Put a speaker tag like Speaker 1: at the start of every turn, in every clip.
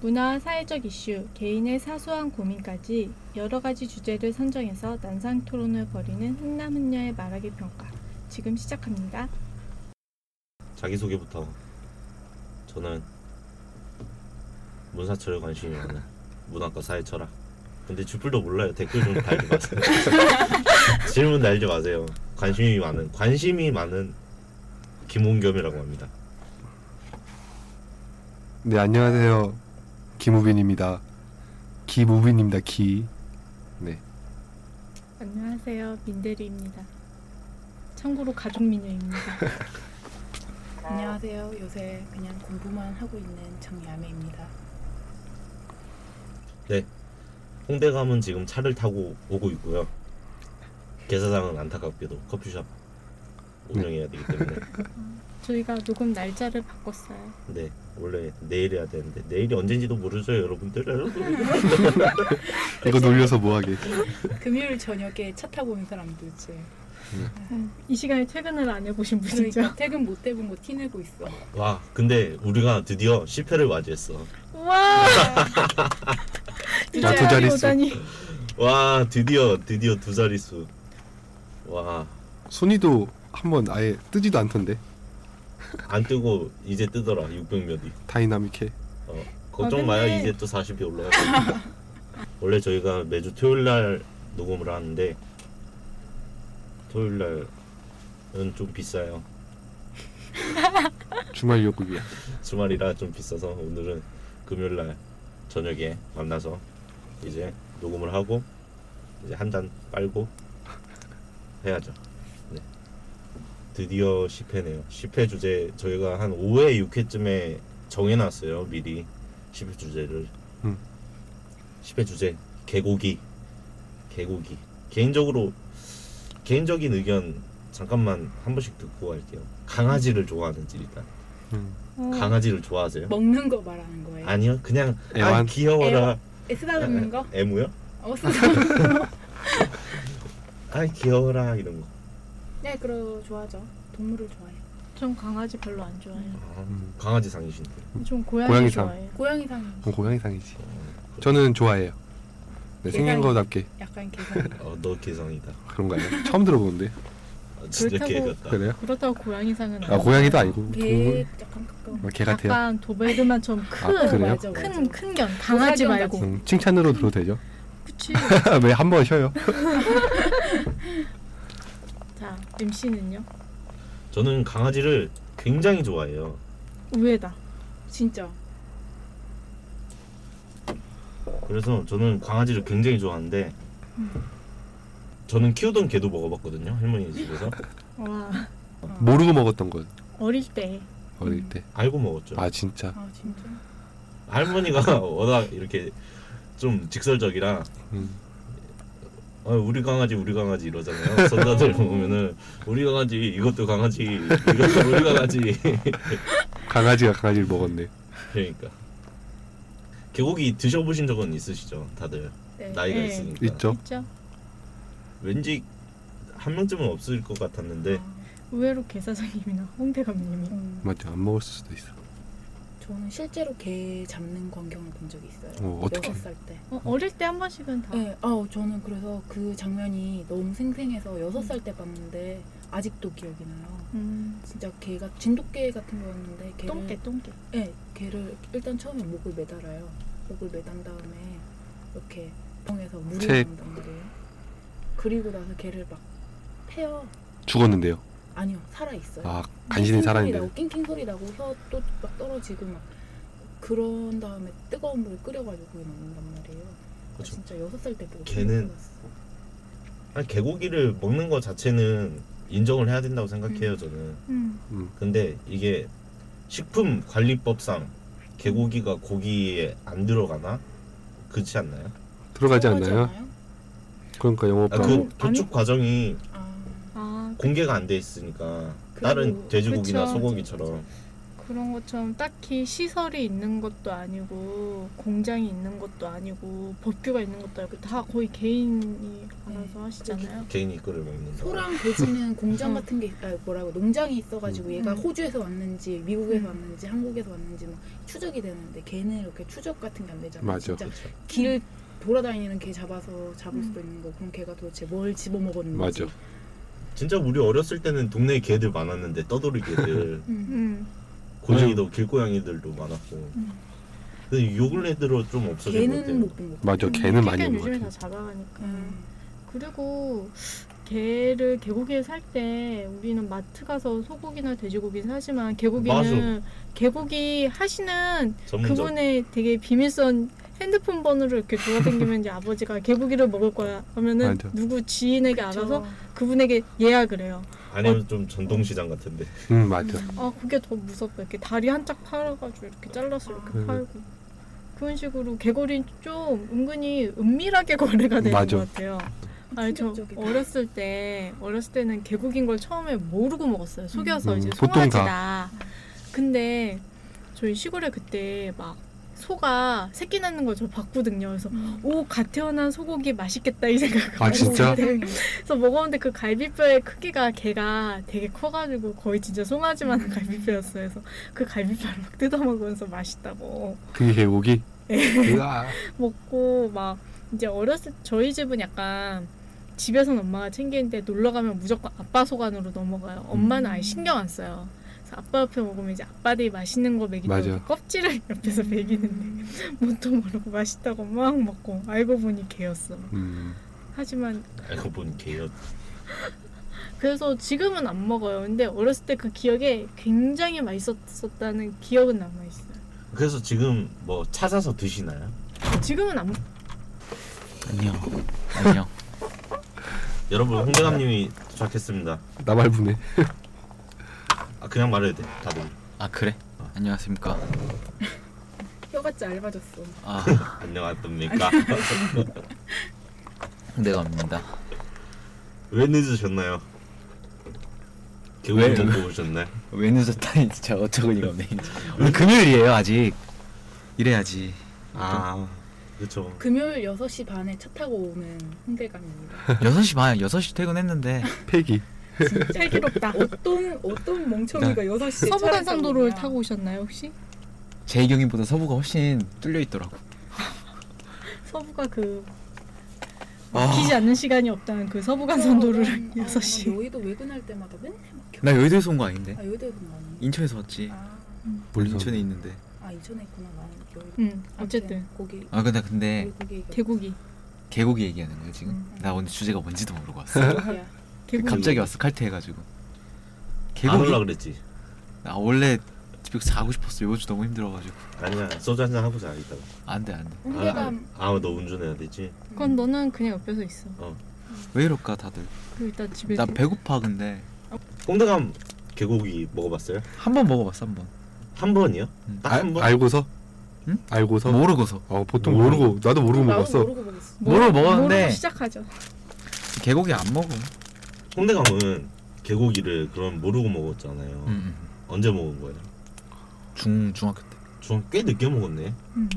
Speaker 1: 문화와 사회적 이슈, 개인의 사소한 고민까지 여러 가지 주제를 선정해서 난상 토론을 벌이는 흥남흥녀의 말하기 평가. 지금 시작합니다.
Speaker 2: 자기소개부터 저는 문사철에 관심이 많은 문학과 사회철학 근데 주플도 몰라요 댓글 좀 달지 마세요 질문 달지 마세요 관심이 많은 관심이 많은 김홍겸이라고 합니다
Speaker 3: 네 안녕하세요 김우빈입니다 기무빈입니다 기 네.
Speaker 1: 안녕하세요. 민대리입니다. 참고로 가족 미녀입니다.
Speaker 4: 안녕하세요. 요새 그냥 공부만 하고 있는 정야매입니다.
Speaker 2: 홍대 가면 지금 차를 타고 오고 있고요 개사장은 안타깝게도 커피숍 운영해야 되기 때문에
Speaker 1: 저희가 녹음 날짜를 바꿨어요.
Speaker 2: 네 원래 내일 해야 되는데 내일이 언젠지도 모르죠 여러분들 여러분
Speaker 3: 이거 놀려서 뭐하게
Speaker 4: 금요일 저녁에 차 타고 온 사람 도대체.
Speaker 1: 이 시간에 퇴근을 안 해보신 분이죠?
Speaker 4: 그러니까 퇴근 못 해본 거 티내고 있어.
Speaker 3: 아,
Speaker 2: 와 근데 우리가 드디어 실패를 맞이했어
Speaker 1: 와!
Speaker 3: 나두 자릿수.
Speaker 2: 와 드디어 드디어 두 자릿수 와 안
Speaker 3: 순위도 한번 아예 뜨지도 않던데
Speaker 2: 뜨고 이제 뜨더라 600 몇이
Speaker 3: 다이나믹해
Speaker 2: 어, 걱정
Speaker 1: 아, 근데-
Speaker 2: 마요 이제 또 40이 올라가고 원래 저희가 매주 토요일날 녹음을 하는데 토요일날은 좀 비싸요
Speaker 3: 주말 요금이야
Speaker 2: 주말이라 좀 비싸서 오늘은 금요일날 저녁에 만나서 이제 녹음을 하고 이제 한 잔 빨고 해야죠. 네. 드디어 10회네요. 10회 주제 저희가 한 5회, 6회쯤에 정해놨어요. 미리 10회 주제를.
Speaker 3: 음.
Speaker 2: 10회 주제 개고기. 개고기. 개인적으로 개인적인 의견 잠깐만 한 번씩 듣고 갈게요. 강아지를 좋아하는지 일단.
Speaker 3: 음.
Speaker 1: 어,
Speaker 2: 강아지를 좋아하세요?
Speaker 4: 먹는 거 말하는 거예요.
Speaker 2: 아니요, 그냥 아
Speaker 3: 애완.
Speaker 2: 귀여워라.
Speaker 4: 애쓰다
Speaker 3: 네.
Speaker 4: 먹는 거?
Speaker 2: 애무요?
Speaker 4: 어, 쓰다.
Speaker 2: 아 귀여워라 이런 거.
Speaker 4: 네, 그러 좋아하죠. 동물을 좋아해요.
Speaker 1: 전 강아지 별로 안 좋아해요.
Speaker 2: 아,
Speaker 3: 음.
Speaker 2: 강아지 상이신데.
Speaker 1: 전 고양이
Speaker 3: 고양이상.
Speaker 1: 좋아해요.
Speaker 4: 고양이 상이
Speaker 3: 그럼 고양이상이지
Speaker 2: 어,
Speaker 3: 저는 좋아해요 네,
Speaker 4: 개상이.
Speaker 3: 생긴 거답게
Speaker 4: 약간 개상이.
Speaker 2: 어, 너 개상이다.
Speaker 3: 그런가요? 처음 들어보는데
Speaker 2: 아, 진짜
Speaker 1: 그렇다고-
Speaker 2: 개 같다.
Speaker 3: 그래요?
Speaker 1: 그렇다고 고양이상은
Speaker 3: 아 고양이도 아니고
Speaker 4: 개
Speaker 3: 동물
Speaker 4: 약간 가까운.
Speaker 3: 아, 개 같아요
Speaker 1: 약간 도베르만처럼
Speaker 3: 아,
Speaker 1: 큰,
Speaker 3: 그래요?
Speaker 4: 맞아, 맞아.
Speaker 1: 큰, 큰견. 강아지
Speaker 4: 도사견
Speaker 1: 말고.
Speaker 3: 음, 칭찬으로 들어도 되죠?
Speaker 1: 그치.
Speaker 3: 왜 한 번 쉬어요?
Speaker 1: 자, MC는요?
Speaker 2: 저는 강아지를 굉장히 좋아해요.
Speaker 1: 우회다.
Speaker 4: 진짜.
Speaker 2: 그래서 저는 강아지를 굉장히 좋아하는데 저는 키우던 개도 먹어봤거든요. 할머니 집에서
Speaker 1: 와,
Speaker 4: 어.
Speaker 3: 모르고 먹었던 거
Speaker 1: 어릴 때.
Speaker 3: 어릴 때 아
Speaker 2: 알고 먹었죠.
Speaker 3: 진짜
Speaker 4: 아, 진짜.
Speaker 2: 할머니가 워낙 이렇게 좀 직설적이라
Speaker 3: 음.
Speaker 2: 아, 우리 강아지 우리 강아지 이러잖아요. 선사들 보면은 우리 강아지 이것도 강아지 이것도 우리 강아지
Speaker 3: 강아지가 강아지를 먹었네
Speaker 2: 그러니까 개고기 드셔보신 적은 있으시죠, 다들
Speaker 4: 네.
Speaker 2: 나이가
Speaker 1: 네.
Speaker 2: 있으니까
Speaker 3: 있죠?
Speaker 1: 진짜
Speaker 2: 왠지 한 명쯤은 없을 것
Speaker 3: 네.
Speaker 2: 같았는데
Speaker 4: 아, 어,
Speaker 1: 의외로 개사장님이나 홍대 감님이.
Speaker 4: 음,
Speaker 3: 맞죠 안 먹었을 수도 있어
Speaker 4: 저는 실제로 개 잡는 광경을 본 적이 있어요.
Speaker 3: 어, 어떻게
Speaker 4: 6살 때.
Speaker 1: 어, 어릴 때 한 번씩은 다.
Speaker 4: 네, 아 저는 그래서 그 장면이 너무 생생해서 여섯 살 때 봤는데 아직도 기억이 나요.
Speaker 1: 음,
Speaker 4: 진짜 개가 진돗개 같은 거였는데 개를
Speaker 1: 똥개, 똥개.
Speaker 4: 네, 개를 일단 처음에 목을 매달아요. 목을 매단 다음에 이렇게 통에서 물을
Speaker 3: 책.
Speaker 4: 넣는단 말이에요. 그리고 나서 개를 막 패요.
Speaker 3: 죽었는데요
Speaker 4: 아니요, 살아 있어요.
Speaker 3: 아 간신히 살아있는데
Speaker 4: 낑낑 소리 나고 혀도 막 떨어지고 막 그런 다음에 뜨거운 물 끓여가지고 넣는단 말이에요.
Speaker 2: 그쵸.
Speaker 3: 그렇죠.
Speaker 4: 진짜 여섯 살 때 보고
Speaker 2: 걔는
Speaker 4: 어
Speaker 2: 그렇죠. 아니, 개고기를 먹는 거 자체는 인정을 해야 된다고 생각해요, 저는.
Speaker 1: 음,
Speaker 2: 근데 이게 식품 관리법상 개고기가 고기에 안 들어가나 그렇지 않나요?
Speaker 3: 들어가지 않나요? 그러니까
Speaker 2: 아,
Speaker 3: 영업하고
Speaker 2: 그
Speaker 1: 아니.
Speaker 2: 도축 과정이
Speaker 4: 아,
Speaker 1: 아,
Speaker 2: 공개가 안 돼 있으니까
Speaker 4: 그리고-
Speaker 2: 다른 돼지고기나
Speaker 1: 그쵸.
Speaker 2: 소고기처럼
Speaker 1: 그쵸. 그런 것처럼 딱히 시설이 있는 것도 아니고 공장이 있는 것도 아니고 법규가 있는 것도 아니고 다 거의 개인이 알아서 하시잖아요.
Speaker 2: 개인이 끓을 먹는다.
Speaker 4: 소랑 돼지는 공장
Speaker 1: 음.
Speaker 4: 같은 게 아, 뭐라고 농장이 있어가지고
Speaker 1: 음.
Speaker 4: 얘가
Speaker 1: 음.
Speaker 4: 호주에서 왔는지
Speaker 1: 음.
Speaker 4: 미국에서 왔는지 한국에서 왔는지 막 추적이 되는데 걔는 이렇게 추적 같은 게 안 되잖아.
Speaker 3: 맞아.
Speaker 4: 진짜
Speaker 2: 그렇죠.
Speaker 4: 길 돌아다니는 개 잡아서 잡을
Speaker 1: 음.
Speaker 4: 수도 있는 거. 그럼 걔가 도대체 뭘 집어먹었는지.
Speaker 3: 맞아.
Speaker 2: 진짜 우리 어렸을 때는 동네에 개들 많았는데 떠돌이 개들,
Speaker 4: 음.
Speaker 1: 음.
Speaker 2: 고양이도 길고양이들도 많았고.
Speaker 1: 음.
Speaker 2: 근데 요 근래 들어 좀 없어진 것
Speaker 4: 걔는 뭐
Speaker 2: 같아요.
Speaker 4: 못 본 거.
Speaker 3: 맞아.
Speaker 1: 음,
Speaker 3: 개는 많이
Speaker 1: 걔는
Speaker 3: 있는 것
Speaker 1: 요즘에 다
Speaker 3: 같아.
Speaker 1: 잡아가니까.
Speaker 4: 음.
Speaker 1: 그리고 개를 개고기를 살 때 우리는 마트 가서 소고기나 돼지고기는 사지만 개고기는 개고기 하시는
Speaker 2: 전문점.
Speaker 1: 그분의 되게 비밀선 핸드폰 번호를 이렇게 돌아다니면 이제 아버지가 개고기를 먹을 거야 하면은
Speaker 3: 맞아.
Speaker 1: 누구 지인에게 알아서
Speaker 4: 그래서
Speaker 1: 그분에게 예약을 해요.
Speaker 2: 아니면 좀 전동시장 같은데.
Speaker 3: 응 음, 맞아.
Speaker 4: 음.
Speaker 3: 어.
Speaker 1: 아 그게 더 무섭다. 이렇게 다리 한짝 팔아가지고 이렇게 잘라서 이렇게
Speaker 3: 음.
Speaker 1: 팔고 그런 식으로 개고리 좀 은근히 은밀하게 거래가 되는
Speaker 3: 맞아.
Speaker 1: 것 같아요. 아니 저
Speaker 4: 충격적이다.
Speaker 1: 어렸을 때 어렸을 때는 개고기인 걸 처음에 모르고 먹었어요. 속여서
Speaker 3: 음,
Speaker 1: 이제
Speaker 3: 보통 다.
Speaker 1: 송아지다. 근데 저희 시골에 그때 막 소가 새끼 낳는 걸 저 봤거든요. 그래서
Speaker 4: 음.
Speaker 1: 오갓 태어난 소고기 맛있겠다 이 생각.
Speaker 3: 아 진짜?
Speaker 4: 어, 네.
Speaker 1: 그래서 먹었는데 그 갈비뼈의 크기가 걔가 되게 커가지고 거의 진짜
Speaker 3: 음.
Speaker 1: 송아지만한 갈비뼈였어요. 그래서 그 갈비뼈를 막 뜯어 먹으면서 맛있다고
Speaker 3: 그게 개고기?
Speaker 1: 네.
Speaker 3: 으아.
Speaker 1: 먹고 막 이제 어렸을 때 저희 집은 약간 집에서는 엄마가 챙기는데 놀러 가면 무조건 아빠 소관으로 넘어가요. 엄마는
Speaker 3: 음.
Speaker 1: 아예 신경 안 써요. 그래서 아빠 옆에 먹으면 이제 아빠들이 맛있는 거 먹이고
Speaker 3: 맞아. 음.
Speaker 1: 껍질을 옆에서 먹이는데 뭣도 모르고 맛있다고 막 먹고 알고 보니 개였어.
Speaker 3: 음.
Speaker 1: 하지만
Speaker 2: 알고 보니 개였.
Speaker 1: 그래서 지금은 안 먹어요. 근데 어렸을 때 그 기억에 굉장히 맛있었다는 기억은 남아 있어요.
Speaker 2: 그래서 지금 뭐 찾아서 드시나요?
Speaker 1: 지금은 안 먹-
Speaker 5: 안녕. 안녕.
Speaker 2: 여러분 홍대감님이 도착했습니다.
Speaker 3: 나발부네.
Speaker 2: 아 그냥 말해야 돼 다들.
Speaker 5: 아 그래? 안녕하십니까?
Speaker 4: 혀같이 얇아졌어.
Speaker 5: 아
Speaker 2: 안녕하십니까?
Speaker 5: 홍대감입니다.
Speaker 2: 왜 늦으셨나요?
Speaker 5: 왜?
Speaker 2: 개구리 먹고 오셨나요?
Speaker 5: 왜 늦었다니 진짜 어처구니가 없네. 오늘 금요일이에요 아직. 이래야지.
Speaker 2: 아 그렇죠.
Speaker 4: 금요일 6시 반에 차 타고 오는 홍대감입니다.
Speaker 5: 6시 반, 6시 퇴근했는데
Speaker 3: 폐기.
Speaker 4: 진짜
Speaker 1: 슬기롭다.
Speaker 4: 어떤 어떤 멍청이가 6시에
Speaker 1: 서부간상도로를 타고 오셨나요 혹시?
Speaker 5: 재경이보다 서부가 훨씬 뚫려 있더라고.
Speaker 1: 서부가 그
Speaker 5: 아.
Speaker 1: 막히지 않는 시간이 없다는 그 서부간상도로를
Speaker 4: 여
Speaker 1: 6시
Speaker 4: 아, 여의도 외근할 때마다 맨날 막혀.
Speaker 5: 나 여의도에서 온 거 아닌데?
Speaker 4: 아 여의도에 근무하는.
Speaker 5: 인천에서 왔지.
Speaker 4: 아,
Speaker 3: 멀리서.
Speaker 5: 인천에 있는데.
Speaker 4: 아 이전에 있구나 나는 여의도.
Speaker 1: 응 음, 어쨌든
Speaker 4: 고기
Speaker 5: 아 근데 근데
Speaker 4: 고기 고기
Speaker 1: 개고기
Speaker 5: 개고기 얘기하는 거야 지금?
Speaker 1: 음.
Speaker 5: 나 오늘 주제가 뭔지도 모르고 왔어.
Speaker 4: 고기야.
Speaker 1: 아. 개고기
Speaker 5: 갑자기 왔어 칼퇴해가지고.
Speaker 2: 안 올라
Speaker 5: 개고기?
Speaker 2: 그랬지.
Speaker 5: 나 원래 집에서 자고 싶었어. 요번 주 너무 힘들어가지고.
Speaker 2: 아니야 소주 한잔 하고 자 이따가.
Speaker 5: 안돼 안돼.
Speaker 4: 홍대감.
Speaker 2: 아너 운전해야 되지.
Speaker 1: 그건 너는 그냥 옆에서 있어.
Speaker 5: 왜 이럴까 다들?
Speaker 1: 그리고 일단 집에
Speaker 5: 나 배고파 근데.
Speaker 2: 홍대감 개고기 먹어봤어요?
Speaker 5: 한 번 먹어봤어 한 번.
Speaker 2: 한 번이요?
Speaker 5: 음.
Speaker 2: 딱 한 번?
Speaker 3: 알고서?
Speaker 5: 응?
Speaker 3: 알고서?
Speaker 5: 모르고서
Speaker 3: 어 보통 모르고 나도 모르고
Speaker 4: 나도
Speaker 3: 먹었어.
Speaker 4: 모르고 먹었어.
Speaker 5: 뭐를 먹었는데?
Speaker 1: 모르고 시작하죠.
Speaker 5: 개고기 안 먹어.
Speaker 2: 홍대감은 개고기를 그럼 모르고 먹었잖아요.
Speaker 5: 음.
Speaker 2: 언제 먹은 거예요?
Speaker 5: 중 중학교 때.
Speaker 2: 중학 꽤 늦게 먹었네.
Speaker 1: 음.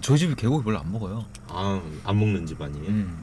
Speaker 5: 저희 집이 개고기 별로 안 먹어요.
Speaker 2: 아 안 먹는 집
Speaker 3: 예.
Speaker 2: 아니에요?
Speaker 5: 음.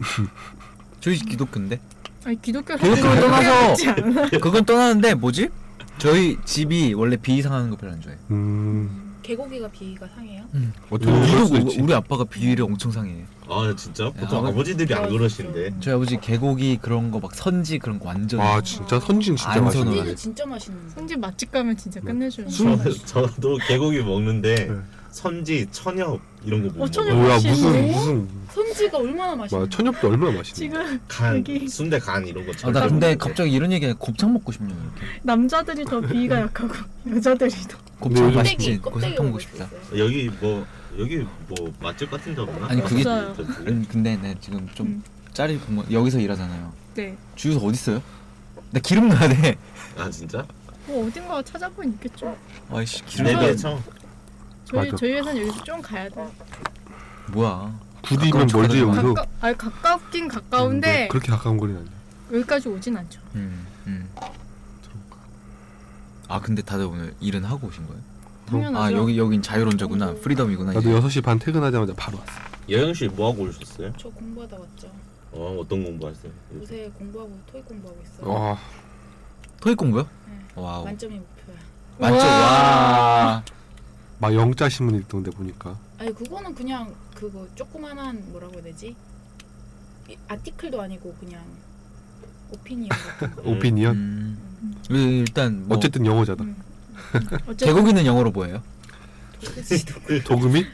Speaker 5: 저희 집 기독교인데
Speaker 1: 아니 기독교를
Speaker 5: 기독교를 떠나서!
Speaker 1: 하지 않아.
Speaker 5: 그건 떠나는데 뭐지? 저희 집이 원래 비 상하는 거 별로 안 좋아해.
Speaker 3: 음.
Speaker 4: 개고기가 비위가 상해요?
Speaker 5: 음.
Speaker 3: 어떻게
Speaker 2: 음.
Speaker 3: 그럴 수도
Speaker 5: 우리,
Speaker 3: 있지.
Speaker 5: 우리 아빠가 비위를 엄청 상해.
Speaker 2: 아 진짜? 보통
Speaker 5: 아,
Speaker 2: 아버지들이 안
Speaker 4: 맞아.
Speaker 2: 그러신데.
Speaker 5: 저희 아버지 개고기 그런 거 막 선지 그런 거 완전.
Speaker 3: 아 진짜 선진 진짜
Speaker 5: 안
Speaker 3: 맛있네.
Speaker 5: 선호하네.
Speaker 4: 고기는 진짜 맛있는 거.
Speaker 1: 성집 맛집 가면 진짜
Speaker 5: 뭐,
Speaker 1: 끝내줘요.
Speaker 4: 술-
Speaker 2: 저, 저도 개고기 먹는데
Speaker 3: 네.
Speaker 2: 선지, 천엽 이런 거 못
Speaker 1: 어, 천엽
Speaker 2: 먹어요.
Speaker 3: 뭐야 무슨
Speaker 1: 맛있네.
Speaker 3: 무슨
Speaker 4: 선지가 얼마나
Speaker 3: 와
Speaker 4: 맛있는?
Speaker 3: 천엽도 얼마나 맛있는.
Speaker 1: 지금
Speaker 2: 간,
Speaker 1: 여기.
Speaker 2: 순대 간 이런 거.
Speaker 5: 아,
Speaker 2: 절대
Speaker 5: 나
Speaker 2: 못
Speaker 5: 근데
Speaker 2: 먹는데.
Speaker 5: 갑자기 이런 얘기 곱창 먹고 싶네 이렇게.
Speaker 1: 남자들이 더 비위가 약하고 여자들이 더
Speaker 5: 곱창
Speaker 3: 요즘
Speaker 4: 껍데기
Speaker 5: 맛있지. 고생
Speaker 4: 껍데기
Speaker 5: 탕 먹고 싶다.
Speaker 2: 여기 뭐 여기 뭐 맛집 같은 데 없나?
Speaker 5: 아니, 그게-
Speaker 1: 없어요.
Speaker 5: 음, 근데 내 지금 좀
Speaker 1: 음.
Speaker 5: 짜릿 본 거. 여기서 일하잖아요.
Speaker 1: 네.
Speaker 5: 주유소 어디 있어요? 나 기름 넣어야 돼.
Speaker 2: 아 진짜?
Speaker 1: 뭐 어딘가 찾아보면 있겠죠.
Speaker 5: 아이씨 기름 넣어야 돼.
Speaker 2: 네 내배청
Speaker 1: 저희
Speaker 3: 맞아.
Speaker 1: 저희 회사는 여기서 좀 가야 돼.
Speaker 5: 뭐야?
Speaker 3: 부디면
Speaker 5: 가까운
Speaker 3: 멀지
Speaker 5: 척하지 마.
Speaker 3: 여기도.
Speaker 1: 가까 아 가깝긴
Speaker 3: 음, 네,
Speaker 1: 가까운데
Speaker 3: 그렇게 가까운 거리는 아니야.
Speaker 1: 여기까지 오진 않죠.
Speaker 5: 음, 음. 아 근데 다들 오늘 일은 하고 오신 거예요?
Speaker 1: 당연하죠.
Speaker 5: 아 여기 여긴 자유론자구나 프리덤이구나 예.
Speaker 3: 나도
Speaker 5: 이제.
Speaker 3: 6시 반 퇴근하자마자 바로 왔어.
Speaker 2: 여영 씨 뭐 하고 오셨어요?
Speaker 4: 저 공부하다 왔죠.
Speaker 2: 어 어떤 공부하세요?
Speaker 4: 요새 공부하고 토익 공부하고 있어요.
Speaker 3: 와,
Speaker 5: 토익 공부요?
Speaker 4: 네.
Speaker 5: 와우
Speaker 4: 만점이 목표야.
Speaker 5: 맞죠 와
Speaker 3: 막 영자 신문 읽던데 보니까.
Speaker 4: 아니 그거는 그냥 그거 조그만한 뭐라고 해야 되지? 이- 아티클도 아니고 그냥 오피니언 같은 거.
Speaker 3: 오피니언.
Speaker 5: 음. 일단 뭐
Speaker 3: 어쨌든 영어잖아.
Speaker 4: 음,
Speaker 1: 어쨌든
Speaker 5: 개고기는 영어로 뭐예요?
Speaker 4: 도그지도.
Speaker 3: 도금이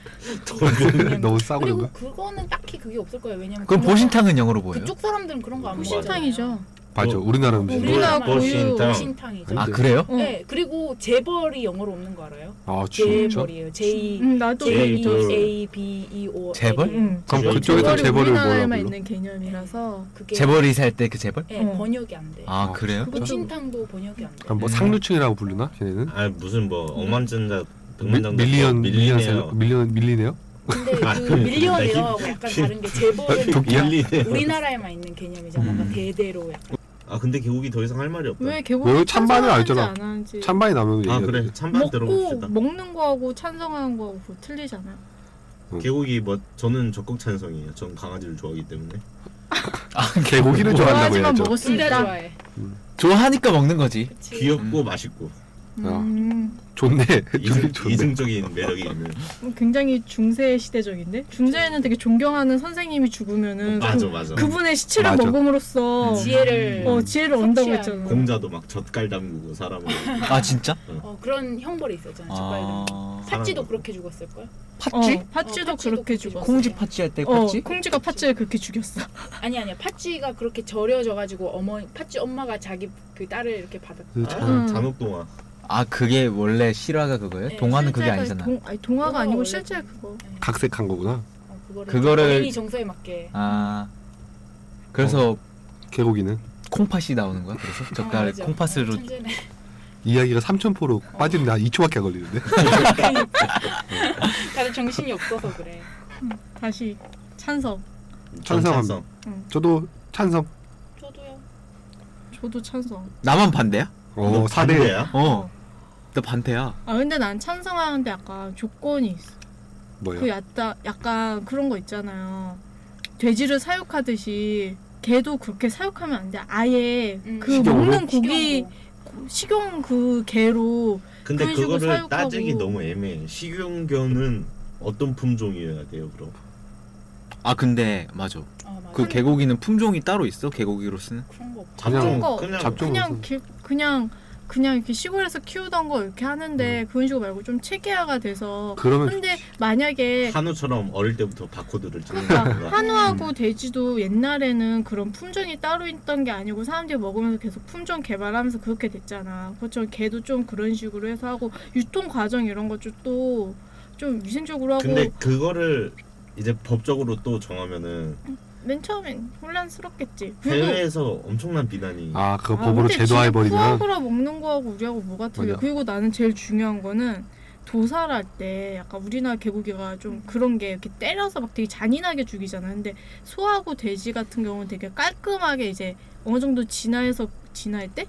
Speaker 4: 그냥.
Speaker 3: 너무 싸고
Speaker 4: 그리고
Speaker 3: 그런가?
Speaker 4: 그거는 딱히 그게 없을 거예요. 왜냐면 그런
Speaker 5: 그럼
Speaker 4: 거-
Speaker 5: 보신탕은 영어로 뭐예요?
Speaker 4: 그쪽 사람들은 그런 거안 먹어요. 네,
Speaker 1: 호신탕이죠.
Speaker 3: 맞아, 우리나라 음식.
Speaker 1: 우리나라
Speaker 2: 보신탕.
Speaker 4: 보신탕이죠.
Speaker 5: 아 그래요?
Speaker 1: 어.
Speaker 4: 네, 그리고 재벌이 영어로 없는 거 알아요?
Speaker 3: 아, 진짜?
Speaker 4: 재벌이에요. J
Speaker 1: 음, 나도
Speaker 4: J E
Speaker 2: 재벌.
Speaker 4: A B E O L.
Speaker 5: 재벌?
Speaker 1: 음.
Speaker 3: 그럼 그쪽에서
Speaker 2: 일단
Speaker 1: 재벌이
Speaker 3: 재벌을 뭐라
Speaker 1: 우리나라에만
Speaker 3: 불러?
Speaker 1: 있는 개념이라서
Speaker 4: 그게
Speaker 5: 재벌이 살 때 그 재벌?
Speaker 4: 네,
Speaker 1: 어.
Speaker 4: 번역이 안 돼.
Speaker 5: 아 그래요?
Speaker 1: 그렇죠.
Speaker 4: 보신탕도 번역이 안 돼.
Speaker 3: 그럼 뭐
Speaker 5: 음.
Speaker 3: 상류층이라고 부르나? 걔네는?
Speaker 2: 아 무슨 뭐 억만장자
Speaker 3: 미,
Speaker 2: 백만장자 뭐
Speaker 3: 밀리언, 밀리언,
Speaker 2: 음. 밀리네요.
Speaker 3: 셀러- 밀리언, 밀리네요?
Speaker 4: 근데
Speaker 2: 아,
Speaker 4: 그
Speaker 2: 그래.
Speaker 4: 밀리언웨어하고 약간 다른 게 재벌은
Speaker 3: 도끼야?
Speaker 4: 약간
Speaker 2: 밀리네요.
Speaker 4: 우리나라에만 있는 개념이잖아.
Speaker 5: 음.
Speaker 4: 뭔가 대대로 약간.
Speaker 2: 아 근데 개국이 더 이상 할 말이 없다.
Speaker 1: 왜
Speaker 3: 네. 왜
Speaker 1: 개고기
Speaker 3: 찬반을
Speaker 1: 찬성하는지
Speaker 3: 알잖아.
Speaker 1: 안 하는지
Speaker 3: 찬반이 나면 얘기가
Speaker 2: 아 그래 찬반
Speaker 1: 먹고
Speaker 2: 들어봅시다.
Speaker 1: 먹는 거하고 찬성하는 거하고 그거 틀리잖아.
Speaker 2: 개국이 뭐 저는 적극 찬성이에요. 전 강아지를 좋아하기 때문에.
Speaker 1: 음.
Speaker 5: 아
Speaker 3: 개고기를 좋아한다고
Speaker 5: 개고기.
Speaker 1: 좋아하지만
Speaker 3: 해야죠.
Speaker 1: 먹을 수
Speaker 4: 둘다
Speaker 1: 있다.
Speaker 4: 좋아해.
Speaker 5: 좋아하니까 먹는 거지.
Speaker 4: 그치.
Speaker 2: 귀엽고
Speaker 5: 음.
Speaker 2: 맛있고
Speaker 3: 어.
Speaker 1: 음,
Speaker 3: 좋네.
Speaker 2: 이중,
Speaker 3: 둘이 좋네.
Speaker 2: 이중적인 매력이 있는.
Speaker 1: 어, 굉장히 중세 시대적인데 중세에는 되게 존경하는 선생님이 죽으면은 그,
Speaker 2: 맞아 맞아.
Speaker 1: 그분의 시체를
Speaker 3: 맞아.
Speaker 1: 먹음으로써
Speaker 5: 지-
Speaker 4: 지혜를
Speaker 1: 어, 지혜를 얻는다고
Speaker 4: 섭취하는
Speaker 1: 했잖아.
Speaker 2: 공자도 막 젓갈 담그고 사람을
Speaker 1: 음.
Speaker 5: 아 진짜?
Speaker 4: 어, 그런 형벌이 있었잖아. 젓갈등.
Speaker 5: 아
Speaker 4: 팥쥐도
Speaker 2: 사람을-
Speaker 4: 그렇게 죽었을걸?
Speaker 1: 어,
Speaker 5: 팥쥐?
Speaker 1: 팥쥐도
Speaker 4: 어, 팥쥐도
Speaker 1: 그렇게
Speaker 4: 그렇게
Speaker 1: 죽었어.
Speaker 4: 죽었어.
Speaker 5: 콩쥐 팥쥐 할 때
Speaker 1: 어,
Speaker 5: 팥쥐?
Speaker 1: 콩쥐가 팥쥐를 그렇게 죽였어.
Speaker 4: 아니 아니야. 팥쥐가 그렇게 절여져가지고 어머니 팥쥐 엄마가 자기 그 딸을 이렇게 받았.
Speaker 3: 그 자-
Speaker 1: 음.
Speaker 2: 아, 잔혹동화.
Speaker 5: 아 그게 원래 실화가 그거예요?
Speaker 4: 네,
Speaker 5: 동화는 그게
Speaker 1: 실제가
Speaker 5: 아니잖아.
Speaker 1: 동, 아니, 동화가
Speaker 4: 동화가
Speaker 1: 아니고
Speaker 4: 원래
Speaker 1: 실제 그거.
Speaker 3: 각색한 거구나.
Speaker 4: 어, 그거를
Speaker 5: 그거를-
Speaker 4: 본인이 정서에 맞게.
Speaker 5: 아 그래서
Speaker 3: 개고기는
Speaker 5: 콩팥이 나오는 거야? 그래서 젓갈
Speaker 4: 맞아. 어,
Speaker 5: 콩팥으로
Speaker 4: 천재네.
Speaker 3: 이야기가 삼천포로 빠지는데 한 2초밖에 안 걸리는데.
Speaker 4: 다들 정신이 없어서 그래.
Speaker 1: 다시 찬성.
Speaker 3: 찬성함. 저도 찬성.
Speaker 4: 저도요.
Speaker 1: 저도 찬성.
Speaker 5: 나만 반대야?
Speaker 2: 음, 뭐
Speaker 3: 어, 4대
Speaker 5: 어. 나 반대야.
Speaker 1: 아 근데 난 찬성하는데 약간 조건이 있어. 그
Speaker 3: 뭐예요?
Speaker 1: 약간 약간 그런 거 있잖아요. 돼지를 사육하듯이 개도 그렇게 사육하면 안 돼. 아예
Speaker 4: 음.
Speaker 1: 그
Speaker 3: 식용으로?
Speaker 1: 먹는 고기 식용 그 개로
Speaker 2: 근데
Speaker 1: 그런 식으로
Speaker 2: 그거를
Speaker 1: 사육하고.
Speaker 2: 따지기 너무 애매해. 식용견은 어떤 품종이어야 돼요, 그럼?
Speaker 5: 아 근데 맞아.
Speaker 4: 어, 맞아.
Speaker 5: 그 개고기는 품종이 따로 있어? 개고기로 쓰는?
Speaker 4: 그런 거 없죠.
Speaker 2: 잡종
Speaker 1: 그냥 거-
Speaker 2: 그냥
Speaker 3: 잡종.
Speaker 1: 그냥
Speaker 3: 무슨-
Speaker 1: 길- 그냥 그냥 이렇게 시골에서 키우던 거 이렇게 하는데 그런 식으로 말고 좀 체계화가 돼서
Speaker 3: 음. 그러면
Speaker 1: 근데 만약에
Speaker 2: 한우처럼 어릴 때부터 바코드를 찍는
Speaker 1: 그러니까
Speaker 2: 거야.
Speaker 1: 한우하고
Speaker 3: 음.
Speaker 1: 돼지도 옛날에는 그런 품종이 따로 있던 게 아니고 사람들이 먹으면서 계속 품종 개발하면서 그렇게 됐잖아. 그렇죠. 개도 좀 그런 식으로 해서 하고 유통 과정 이런 것도 또좀 위생적으로 하고
Speaker 2: 근데 그거를 이제 법적으로 또 정하면은
Speaker 1: 음. 맨 처음엔 혼란스럽겠지. 그리고
Speaker 2: 해외에서 엄청난 비난이
Speaker 3: 아, 그거
Speaker 1: 아,
Speaker 3: 법으로
Speaker 1: 근데 지금
Speaker 3: 제도화해 버리면
Speaker 1: 구하구라 먹는 거하고 우리하고 뭐가 틀려?
Speaker 3: 맞아.
Speaker 1: 그리고 나는 제일 중요한 거는 도살할 때 약간 우리나라 개고기가 좀 그런 게 이렇게 때려서 막 되게 잔인하게 죽이잖아. 근데 소하고 돼지 같은 경우는 되게 깔끔하게 이제 어느 정도 진화해서 진화할 때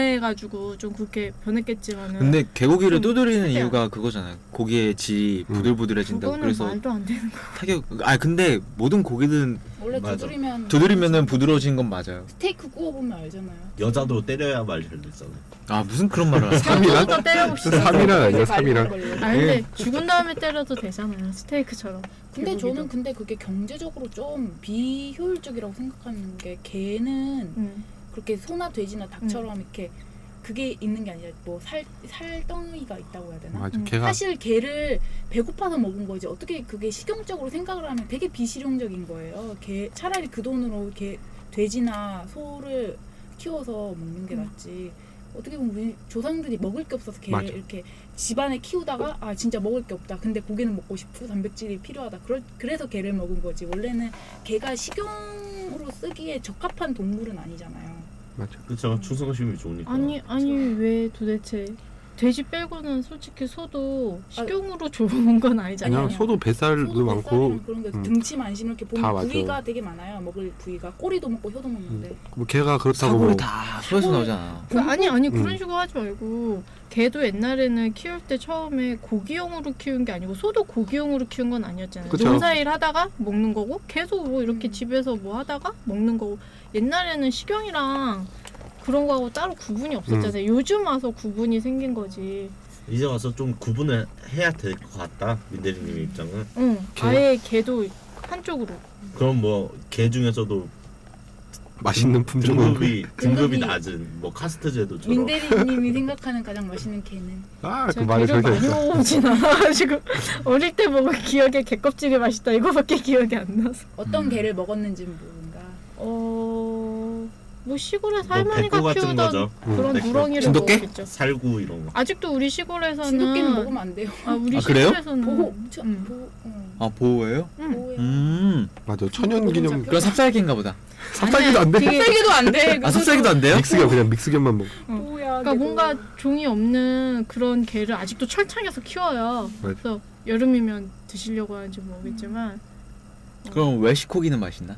Speaker 1: 변해가지고 좀 그렇게 변했겠지만은
Speaker 5: 근데 개고기를
Speaker 1: 좀
Speaker 5: 두드리는
Speaker 1: 특이한.
Speaker 5: 이유가 그거잖아요. 고기의 질이
Speaker 3: 음.
Speaker 5: 부들부들해진다고.
Speaker 1: 그거는
Speaker 5: 그래서
Speaker 1: 말도 안 되는 거.
Speaker 5: 타격. 아 근데 모든 고기는
Speaker 4: 원래
Speaker 2: 맞아.
Speaker 4: 두드리면 그
Speaker 5: 두드리면은 부드러워진 건 맞아요.
Speaker 4: 스테이크 구워보면 알잖아요.
Speaker 2: 여자도 때려야 말 잘 듣잖아.
Speaker 5: 아 무슨 그런 말을 하세요?
Speaker 3: 삼이란?
Speaker 1: 또 때려봅시다.
Speaker 3: 삼이란 아니야,
Speaker 4: 이제 말리는
Speaker 3: 삼이란.
Speaker 4: 걸로.
Speaker 1: 아 근데 죽은 다음에 때려도 되잖아요. 스테이크처럼.
Speaker 4: 근데
Speaker 1: 개고기도.
Speaker 4: 저는 근데 그게 경제적으로 좀 비효율적이라고 생각하는 게 개는
Speaker 1: 음.
Speaker 4: 그렇게 소나 돼지나 닭처럼 이렇게 그게 있는 게 아니라 뭐살 살덩이가 있다고 해야 되나?
Speaker 3: 맞아.
Speaker 1: 음.
Speaker 3: 걔가
Speaker 4: 사실 개를 배고파서 먹은 거지 어떻게 그게 식용적으로 생각을 하면 되게 비실용적인 거예요. 개 차라리 그 돈으로 개 돼지나 소를 키워서 먹는 게
Speaker 1: 음.
Speaker 4: 낫지. 어떻게 보면 우리 조상들이 먹을 게 없어서 개
Speaker 3: 맞아.
Speaker 4: 이렇게 집안에 키우다가 아 진짜 먹을 게 없다. 근데 고기는 먹고 싶고 단백질이 필요하다. 그러, 그래서 개를 먹은 거지. 원래는 개가 식용으로 쓰기에 적합한 동물은 아니잖아요.
Speaker 3: 맞아.
Speaker 2: 그렇죠. 충성심이 좋으니까.
Speaker 1: 아니 아니 왜 도대체 돼지 빼고는 솔직히 소도
Speaker 3: 아.
Speaker 1: 식용으로 좋은 건 아니잖아요.
Speaker 3: 그냥
Speaker 4: 아니야.
Speaker 3: 소도 뱃살도
Speaker 4: 소도
Speaker 3: 많고
Speaker 4: 뱃살이랑 그런 게
Speaker 3: 음.
Speaker 4: 등치 만심 이렇게
Speaker 3: 다
Speaker 4: 보면
Speaker 3: 맞아.
Speaker 4: 부위가 되게 많아요. 먹을 부위가 꼬리도 먹고 혀도 먹는데
Speaker 3: 뭐 걔가 그렇다고
Speaker 5: 사고를
Speaker 3: 뭐
Speaker 5: 다 소에서 나오잖아.
Speaker 1: 그 아니 아니 그런
Speaker 3: 음.
Speaker 1: 식으로 하지 말고 개도 옛날에는 키울 때 처음에 고기용으로 키운 게 아니고 소도 고기용으로 키운 건 아니었잖아요.
Speaker 3: 그쵸.
Speaker 1: 농사일 하다가 먹는 거고 계속 뭐 이렇게
Speaker 4: 음.
Speaker 1: 집에서 뭐 하다가 먹는 거고 옛날에는 식용이랑 그런 거하고 따로 구분이 없었잖아요.
Speaker 3: 음.
Speaker 1: 요즘 와서 구분이 생긴 거지.
Speaker 2: 이제 와서 좀 구분을 해야 될 것 같다 민대리님 입장은
Speaker 1: 응.
Speaker 3: 개?
Speaker 1: 아예 개도 한쪽으로.
Speaker 2: 그럼 뭐 개 중에서도
Speaker 3: 맛있는 품종을
Speaker 2: 등급이 등급이
Speaker 4: 등급이
Speaker 2: 낮은 뭐 카스트 제도처럼
Speaker 4: 민대리님이 생각하는 가장 맛있는 개는
Speaker 3: 아그
Speaker 1: 제가
Speaker 3: 말이
Speaker 1: 개를
Speaker 3: 절대 안
Speaker 1: 많이
Speaker 3: 돼.
Speaker 1: 먹어보진 않아가지고 어릴 때 먹은 기억에 개껍질이 맛있다 이거밖에 기억이 안 나서.
Speaker 4: 어떤
Speaker 5: 음.
Speaker 4: 개를 먹었는지 모른다.
Speaker 1: 어, 뭐 시골에
Speaker 2: 뭐 백구
Speaker 1: 할머니가
Speaker 2: 같은
Speaker 1: 키우던
Speaker 2: 거죠
Speaker 1: 그런
Speaker 2: 네,
Speaker 1: 누렁이를
Speaker 5: 진돗개?
Speaker 1: 먹었겠죠.
Speaker 2: 살구 이런 거
Speaker 1: 아직도 우리 시골에서는
Speaker 4: 진돗개는 먹으면 안 돼요.
Speaker 1: 아 우리
Speaker 5: 아, 그래요?
Speaker 1: 시골에서는
Speaker 4: 보호, 저,
Speaker 1: 음.
Speaker 4: 보호, 어.
Speaker 5: 아 보호예요?
Speaker 1: 응.
Speaker 4: 보호해.
Speaker 5: 음.
Speaker 3: 맞아 천연기념
Speaker 5: 그럼 삽살개인가 보다.
Speaker 3: 삽살기도 안 돼.
Speaker 1: 되게
Speaker 4: 삽살개도 안 돼.
Speaker 5: 아 삽살개도 안 돼요?
Speaker 3: 믹스견 그냥 믹스견만 먹.
Speaker 4: 뭐야.
Speaker 1: 그러니까 뭔가 종이 없는 그런 개를 아직도 철창에서 키워요.
Speaker 3: 맞아.
Speaker 1: 그래서 여름이면 드시려고 하는지 모르겠지만
Speaker 5: 그럼 외식코기는 맛있나?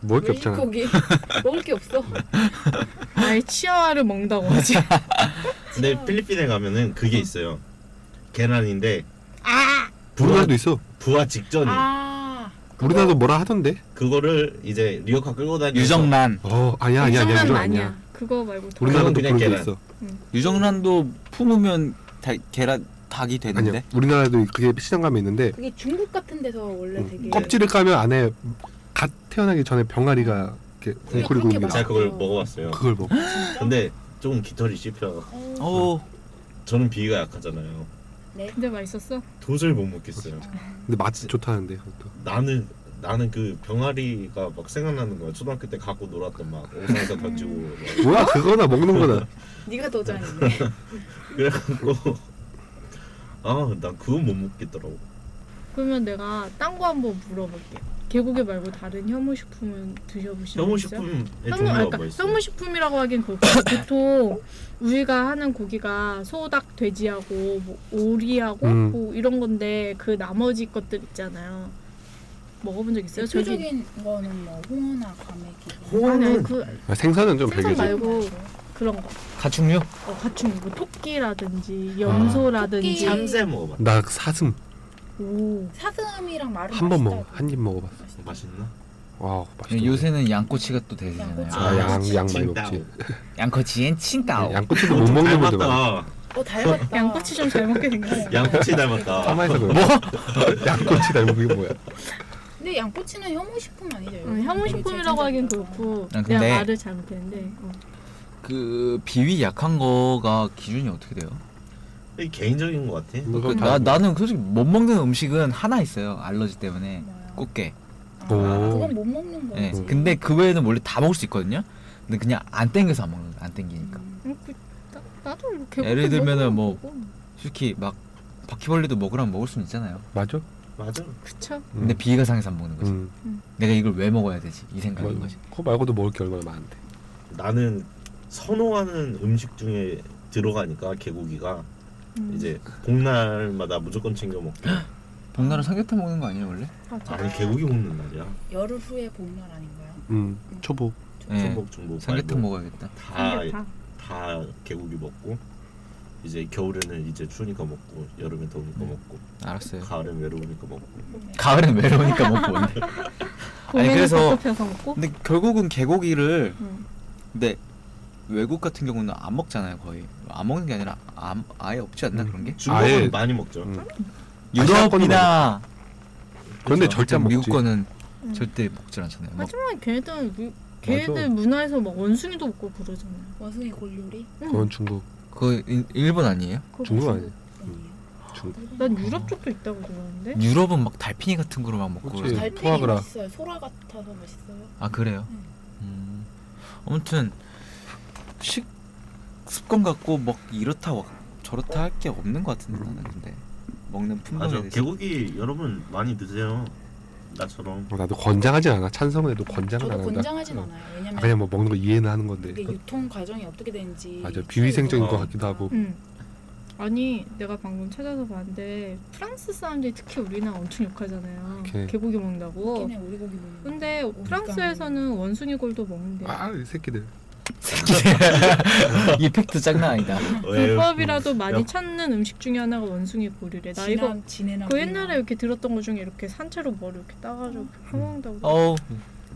Speaker 3: 먹을 게 없잖아. 음.
Speaker 4: 거기 먹을 게 없어.
Speaker 1: 아예 치아를 먹는다고 하지.
Speaker 2: 근데 필리핀에 가면은 그게 있어요 계란인데
Speaker 1: 아
Speaker 2: 부화
Speaker 3: 우리나라도 있어.
Speaker 2: 부화 직전이
Speaker 4: 아.
Speaker 3: 우리나라도 뭐라 하던데.
Speaker 2: 그거를 이제 리어카 끌고 다니면서
Speaker 5: 유정란.
Speaker 3: 어 아니야 아니야 아니야
Speaker 1: 정말
Speaker 3: 이건
Speaker 1: 아니야.
Speaker 3: 아니야.
Speaker 1: 그거 말고 더.
Speaker 2: 우리나라-
Speaker 3: 우리나라도
Speaker 2: 그건 그냥
Speaker 3: 그런 게
Speaker 2: 계란.
Speaker 3: 있어.
Speaker 5: 유정란도 품으면 다, 계란 닭이 되는데.
Speaker 3: 아니야. 우리나라도 그게 시장 가면 있는데
Speaker 4: 그게 중국 같은 데서 원래
Speaker 3: 음,
Speaker 4: 되게
Speaker 3: 껍질을 까면 안에 갓 태어나기 전에 병아리가 이렇게
Speaker 2: 네,
Speaker 3: 웅크리고
Speaker 4: 그렇게
Speaker 3: 옵니다.
Speaker 2: 제가 그걸
Speaker 4: 어.
Speaker 2: 먹어봤어요
Speaker 3: 그걸 먹어.
Speaker 2: 근데 좀 깃털이 씹혀
Speaker 4: 어.
Speaker 5: 오.
Speaker 2: 저는 비위가 약하잖아요
Speaker 1: 근데 맛있었어?
Speaker 2: 도저히 못 먹겠어요
Speaker 3: 근데 맛 좋다는데 그것도.
Speaker 2: 나는 나는 그 병아리가 막 생각나는 거야 초등학교 때 갖고 놀았던 막 옥상에서 던지고
Speaker 1: 음.
Speaker 2: 막
Speaker 3: 뭐야 그거나 먹는 거나.
Speaker 4: 네가 더
Speaker 3: 음.
Speaker 4: 잘했네.
Speaker 2: 그래갖고 아난 그건 못 먹겠더라고
Speaker 1: 그러면 내가 딴 거 한번 물어볼게. 개고기 말고 다른 혐오 식품은 드셔보시면
Speaker 2: 혐오식품의
Speaker 1: 혐오, 아니,
Speaker 2: 종류가
Speaker 1: 그러니까
Speaker 2: 뭐 있어?
Speaker 1: 혐오식품이라고 하긴 그렇고 보통 우리가 하는 고기가 소닭 돼지하고 뭐 오리하고
Speaker 3: 음.
Speaker 1: 뭐 이런 건데 그 나머지 것들 있잖아요. 먹어본 적 있어요?
Speaker 4: 그
Speaker 1: 저기
Speaker 4: 대표적인 거는 뭐 홍어나 과메기.
Speaker 1: 아니 아니 그
Speaker 3: 아, 생선은 좀
Speaker 1: 생선
Speaker 3: 별개지.
Speaker 1: 말고. 그런 거.
Speaker 5: 가축류?
Speaker 1: 어, 가축 뭐 토끼라든지 염소라든지
Speaker 4: 아,
Speaker 2: 참새 먹어봤어
Speaker 3: 나 사슴
Speaker 1: 오
Speaker 4: 사슴이랑 말은
Speaker 3: 한 번 먹어.
Speaker 4: 맛있다고.
Speaker 3: 한 입 먹어봤어.
Speaker 2: 맛있나?
Speaker 3: 와 맛있어.
Speaker 5: 요새는 양꼬치가 또 대세잖아요.
Speaker 4: 양꼬치.
Speaker 3: 아, 양, 양 많이
Speaker 2: 진짜.
Speaker 3: 먹지.
Speaker 5: 양꼬치엔 칭따오.
Speaker 3: 양꼬치도 못 먹는 건데. 막
Speaker 2: 닮았다
Speaker 4: 어 닮았다.
Speaker 1: 양꼬치 좀 잘 먹게 생겼어.
Speaker 2: 양꼬치 닮았다
Speaker 3: 가만히서 그래. 뭐? 양꼬치 닮은 게 뭐야?
Speaker 4: 근데 양꼬치는 혐오식품 아니죠?
Speaker 1: 어, 혐오식품이라고 하긴 그렇고
Speaker 5: 아, 근데-
Speaker 1: 내가 말을 잘못했는데 어.
Speaker 5: 그 비위 약한 거가 기준이 어떻게 돼요?
Speaker 2: 이게 개인적인 것 같아
Speaker 3: 뭐.
Speaker 5: 그, 나 나는 솔직히 못 먹는 음식은 하나 있어요. 알러지 때문에
Speaker 4: 뭐야.
Speaker 5: 꽃게.
Speaker 4: 아,
Speaker 3: 오. 네,
Speaker 4: 그건 못 먹는 거지.
Speaker 5: 예. 근데 그 외에는 원래 다 먹을 수 있거든요. 근데 그냥 안 땡겨서 안 먹는 거예요. 안 땡기니까.
Speaker 4: 음.
Speaker 1: 음, 그, 나, 나도 뭐 개고기
Speaker 5: 예를 들면은 뭐-
Speaker 1: 먹어보고.
Speaker 5: 솔직히 막 바퀴벌레도 먹으라면 먹을 수는 있잖아요.
Speaker 3: 맞아?
Speaker 2: 맞아
Speaker 1: 그쵸?
Speaker 5: 근데 비위가 상해서 안 먹는 거지.
Speaker 3: 음,
Speaker 5: 내가 이걸 왜 먹어야 되지? 이 생각인
Speaker 3: 맞아.
Speaker 5: 거지.
Speaker 3: 그거 말고도 먹을 게 얼마나 많은데.
Speaker 2: 나는 선호하는 음식 중에 들어가니까 개고기가
Speaker 1: 음.
Speaker 2: 이제 복날마다 무조건 챙겨 먹고
Speaker 5: 복날은 삼계탕 먹는 거 아니에요 원래?
Speaker 1: 맞아.
Speaker 2: 아니 개고기 먹는 날이야
Speaker 4: 열흘 후에 복면 아닌가요?
Speaker 3: 음, 초보.
Speaker 5: 예.
Speaker 2: 전복 전복
Speaker 5: 삼계탕
Speaker 2: 말고
Speaker 5: 먹어야겠다.
Speaker 2: 다
Speaker 1: 삼계탕.
Speaker 2: 다 개고기 먹고 이제 겨울에는 이제 추우니까 먹고 여름에 더우니까 먹고
Speaker 5: 알았어요.
Speaker 2: 가을엔 외로우니까 먹고
Speaker 5: 가을엔 외로우니까 먹고 온대.
Speaker 1: 봄에는
Speaker 5: 그래서-
Speaker 1: 서 먹고
Speaker 5: 근데 결국은 개고기를
Speaker 1: 음.
Speaker 5: 근데 외국 같은 경우는 안 먹잖아요 거의 안 먹는 게 아니라 안, 아예 없지 않나 그런 게
Speaker 2: 중국은
Speaker 3: 아예-
Speaker 2: 많이 먹죠
Speaker 3: 음.
Speaker 5: 음. 유럽이나
Speaker 3: 그런데
Speaker 2: 그렇죠.
Speaker 3: 절대 안 먹지.
Speaker 5: 미국 거는
Speaker 1: 음.
Speaker 5: 절대 먹질 않잖아요 막
Speaker 1: 하지만 걔네들은 우- 걔네들
Speaker 3: 맞아.
Speaker 1: 문화에서 막 원숭이도 먹고 그러잖아요.
Speaker 4: 원숭이 골요리?
Speaker 1: 응.
Speaker 3: 그건 중국.
Speaker 5: 그거 일- 일본 아니에요?
Speaker 1: 그거
Speaker 3: 중국
Speaker 1: 무슨-
Speaker 3: 아니야?
Speaker 4: 아니에요.
Speaker 3: 중국.
Speaker 1: 난 유럽 쪽도 있다고 들었는데.
Speaker 3: 음.
Speaker 5: 유럽은 막 달팽이 같은 거로 막 먹고
Speaker 3: 그치.
Speaker 5: 그러잖아요.
Speaker 3: 음.
Speaker 4: 달팽이
Speaker 3: 포아그라.
Speaker 4: 맛있어요. 소라 같아서 맛있어요.
Speaker 5: 아 그래요?
Speaker 4: 음.
Speaker 5: 음. 아무튼 식 습관 갖고 막 이렇다 막 저렇다 할 게 없는 것 같은데 나는 근데 먹는 품목에
Speaker 2: 맞아
Speaker 5: 대해서
Speaker 2: 개고기 여러분 많이 드세요 나처럼
Speaker 3: 어, 나도 권장하진 않아. 찬성해도 권장은 안
Speaker 4: 저도
Speaker 3: 한다.
Speaker 4: 권장하진
Speaker 3: 어.
Speaker 4: 않아요.
Speaker 3: 아,
Speaker 4: 왜냐면
Speaker 3: 그냥 뭐 먹는 거 이해는 하는 건데.
Speaker 4: 그게 유통 과정이 어떻게 되는지
Speaker 3: 맞아 비위생적인
Speaker 2: 어.
Speaker 3: 것 같기도 하고.
Speaker 1: 응. 아니 내가 방금 찾아서 봤는데 프랑스 사람들이 특히 우리나라 엄청 욕하잖아요.
Speaker 3: 오케이.
Speaker 1: 개고기 먹는다고.
Speaker 4: 걔네 오리 고기 먹는 거.
Speaker 1: 어. 근데 프랑스에서는 원숭이골도 먹는데요.
Speaker 3: 아, 이 새끼들.
Speaker 5: 이펙트 장난 아니다.
Speaker 1: 불법이라도 많이
Speaker 2: 야.
Speaker 1: 찾는 음식 중에 하나가 원숭이골이래. 나 이거
Speaker 4: 진한 진해나
Speaker 1: 그
Speaker 4: 우리나.
Speaker 1: 옛날에 이렇게 들었던 거 중에 이렇게 산채로 머리 이렇게 따가지고 퍼먹는다고.
Speaker 5: 어우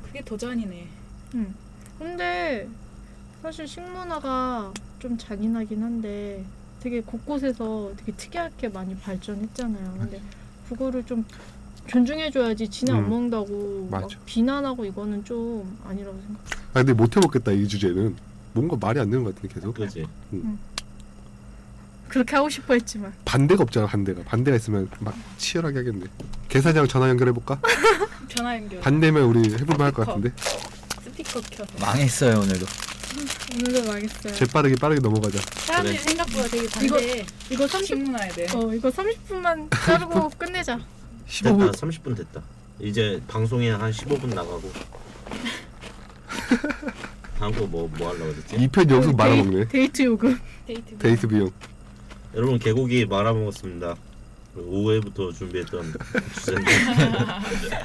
Speaker 4: 그게 더 잔이네.
Speaker 1: 근데 사실 식문화가 좀 잔인하긴 한데 되게 곳곳에서 되게 특이하게 많이 발전했잖아요. 근데 그거를 좀 존중해줘야지 지네 안
Speaker 3: 음.
Speaker 1: 먹는다고 막
Speaker 3: 맞아.
Speaker 1: 비난하고 이거는 좀 아니라고 생각해요.
Speaker 3: 아, 근데 못 해먹겠다, 이 주제는. 뭔가 말이 안 되는 것 같은데, 계속.
Speaker 2: 그지
Speaker 1: 그렇게 하고 싶어 했지만
Speaker 3: 반대가 없잖아, 반대가. 반대가 있으면 막 치열하게 하겠네. 개사장 전화 연결해볼까?
Speaker 4: 전화 연결.
Speaker 3: 반대면 우리 해볼만 할 것 같은데.
Speaker 4: 스피커 켜서.
Speaker 5: 망했어요 오늘도.
Speaker 1: 오늘도 망했어요.
Speaker 3: 재빠르게 빠르게 넘어가자.
Speaker 4: 사람들이 생각보다 되게 반대.
Speaker 1: 이거 30
Speaker 4: 식문화에 대해.
Speaker 1: 어, 이거 30분만 자르고 끝내자.
Speaker 2: 됐다
Speaker 3: 15분.
Speaker 2: 30분 됐다 이제 방송에 한 15분 나가고 다음 거 뭐 뭐 하려고 그랬지?
Speaker 3: 2편 여기서
Speaker 1: 어,
Speaker 3: 말아먹네.
Speaker 1: 데이- 데이트 요금.
Speaker 4: 데이트.
Speaker 3: 데이트 비용.
Speaker 2: 여러분 개고기 말아먹었습니다 그리고 오후에부터 준비했던 주제인데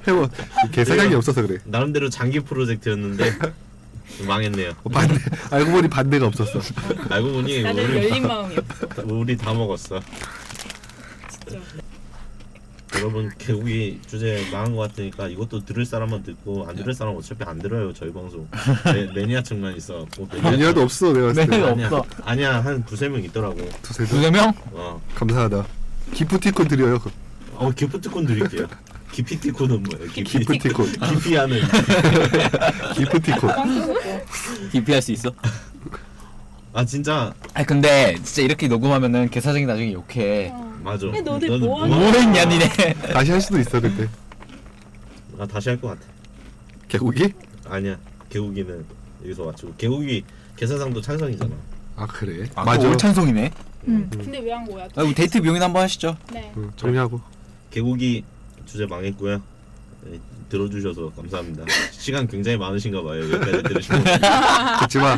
Speaker 3: 해봐. 개사장이
Speaker 2: 그래요.
Speaker 3: 없어서 그래.
Speaker 2: 나름대로 장기 프로젝트였는데 망했네요
Speaker 3: 어, 반대. 알고 보니 반대가 없었어.
Speaker 2: 알고 보니
Speaker 4: 다들
Speaker 2: 우리,
Speaker 4: 그 열린 마음이었어.
Speaker 2: 다- 우리 다 먹었어
Speaker 4: 진짜.
Speaker 2: 여러분 개고기 주제 망한 것 같으니까 이것도 들을 사람만 듣고 안 들을 사람 어차피 안 들어요 저희 방송 매, 매니아층만 있어 뭐
Speaker 3: 연애도 없어, 내가 봤을 때.
Speaker 5: 매니아도
Speaker 2: 아니야
Speaker 5: 없어.
Speaker 2: 아니야 한 두세 명 있더라고
Speaker 3: 두세 명.
Speaker 5: 두세 명?
Speaker 2: 어,
Speaker 3: 감사하다. 기프티콘 드려요.
Speaker 2: 어 기프티콘 드릴게요 기피티콘은 뭐예요 기피
Speaker 3: 기프티콘.
Speaker 2: 기피하는
Speaker 3: 기프티콘.
Speaker 5: DP할 수 있어?
Speaker 2: 아 진짜
Speaker 5: 아 근데 진짜 이렇게 녹음하면은 개사장이 나중에
Speaker 3: 네.
Speaker 5: 욕해.
Speaker 4: 어.
Speaker 2: 맞아
Speaker 4: 근데 너네
Speaker 2: 너는
Speaker 4: 뭐
Speaker 2: 뭐야?
Speaker 5: 뭐했냐 니네.
Speaker 3: 다시 할 수도 있어 그때.
Speaker 2: 나 다시 할 것 같아
Speaker 3: 개고기?
Speaker 2: 아니야 개고기는 여기서 맞추고 개고기 개사상도 찬성이잖아
Speaker 3: 아 그래.
Speaker 5: 아,
Speaker 3: 맞아.
Speaker 5: 맞아. 찬성이네.
Speaker 1: 음.
Speaker 4: 근데 왜 한 거야?
Speaker 5: 아, 우리 데이트 비용이나 한번 하시죠.
Speaker 4: 네.
Speaker 3: 응, 정리하고.
Speaker 2: 개고기 주제 망했고요 네, 들어주셔서 감사합니다 시간 굉장히 많으신가 봐요 여기까지 들으시고
Speaker 3: 듣지마.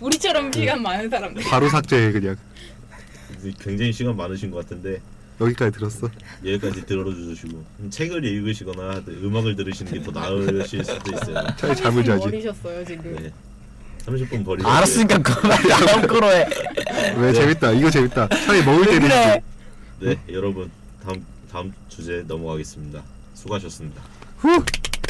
Speaker 4: 우리처럼 시간 많은 사람들.
Speaker 3: 바로 삭제해 그냥.
Speaker 2: 굉장히 시간 많으신 것 같은데
Speaker 3: 여기까지 들었어.
Speaker 2: 여기까지 들어주시고 책을 읽으시거나 음악을 들으시는 게 더 나으실 수도 있어요
Speaker 3: 차라리 잠을 자지.
Speaker 4: 버리셨어요 지금.
Speaker 2: 네. 30분 버리고
Speaker 5: 알았으니까 그만 안 끌어해.
Speaker 3: 왜 재밌다. 이거 재밌다. 차라리 먹을 때
Speaker 5: 그래.
Speaker 3: 듣지.
Speaker 2: 네 여러분 다음 다음 주제 넘어가겠습니다 수고하셨습니다
Speaker 3: 후.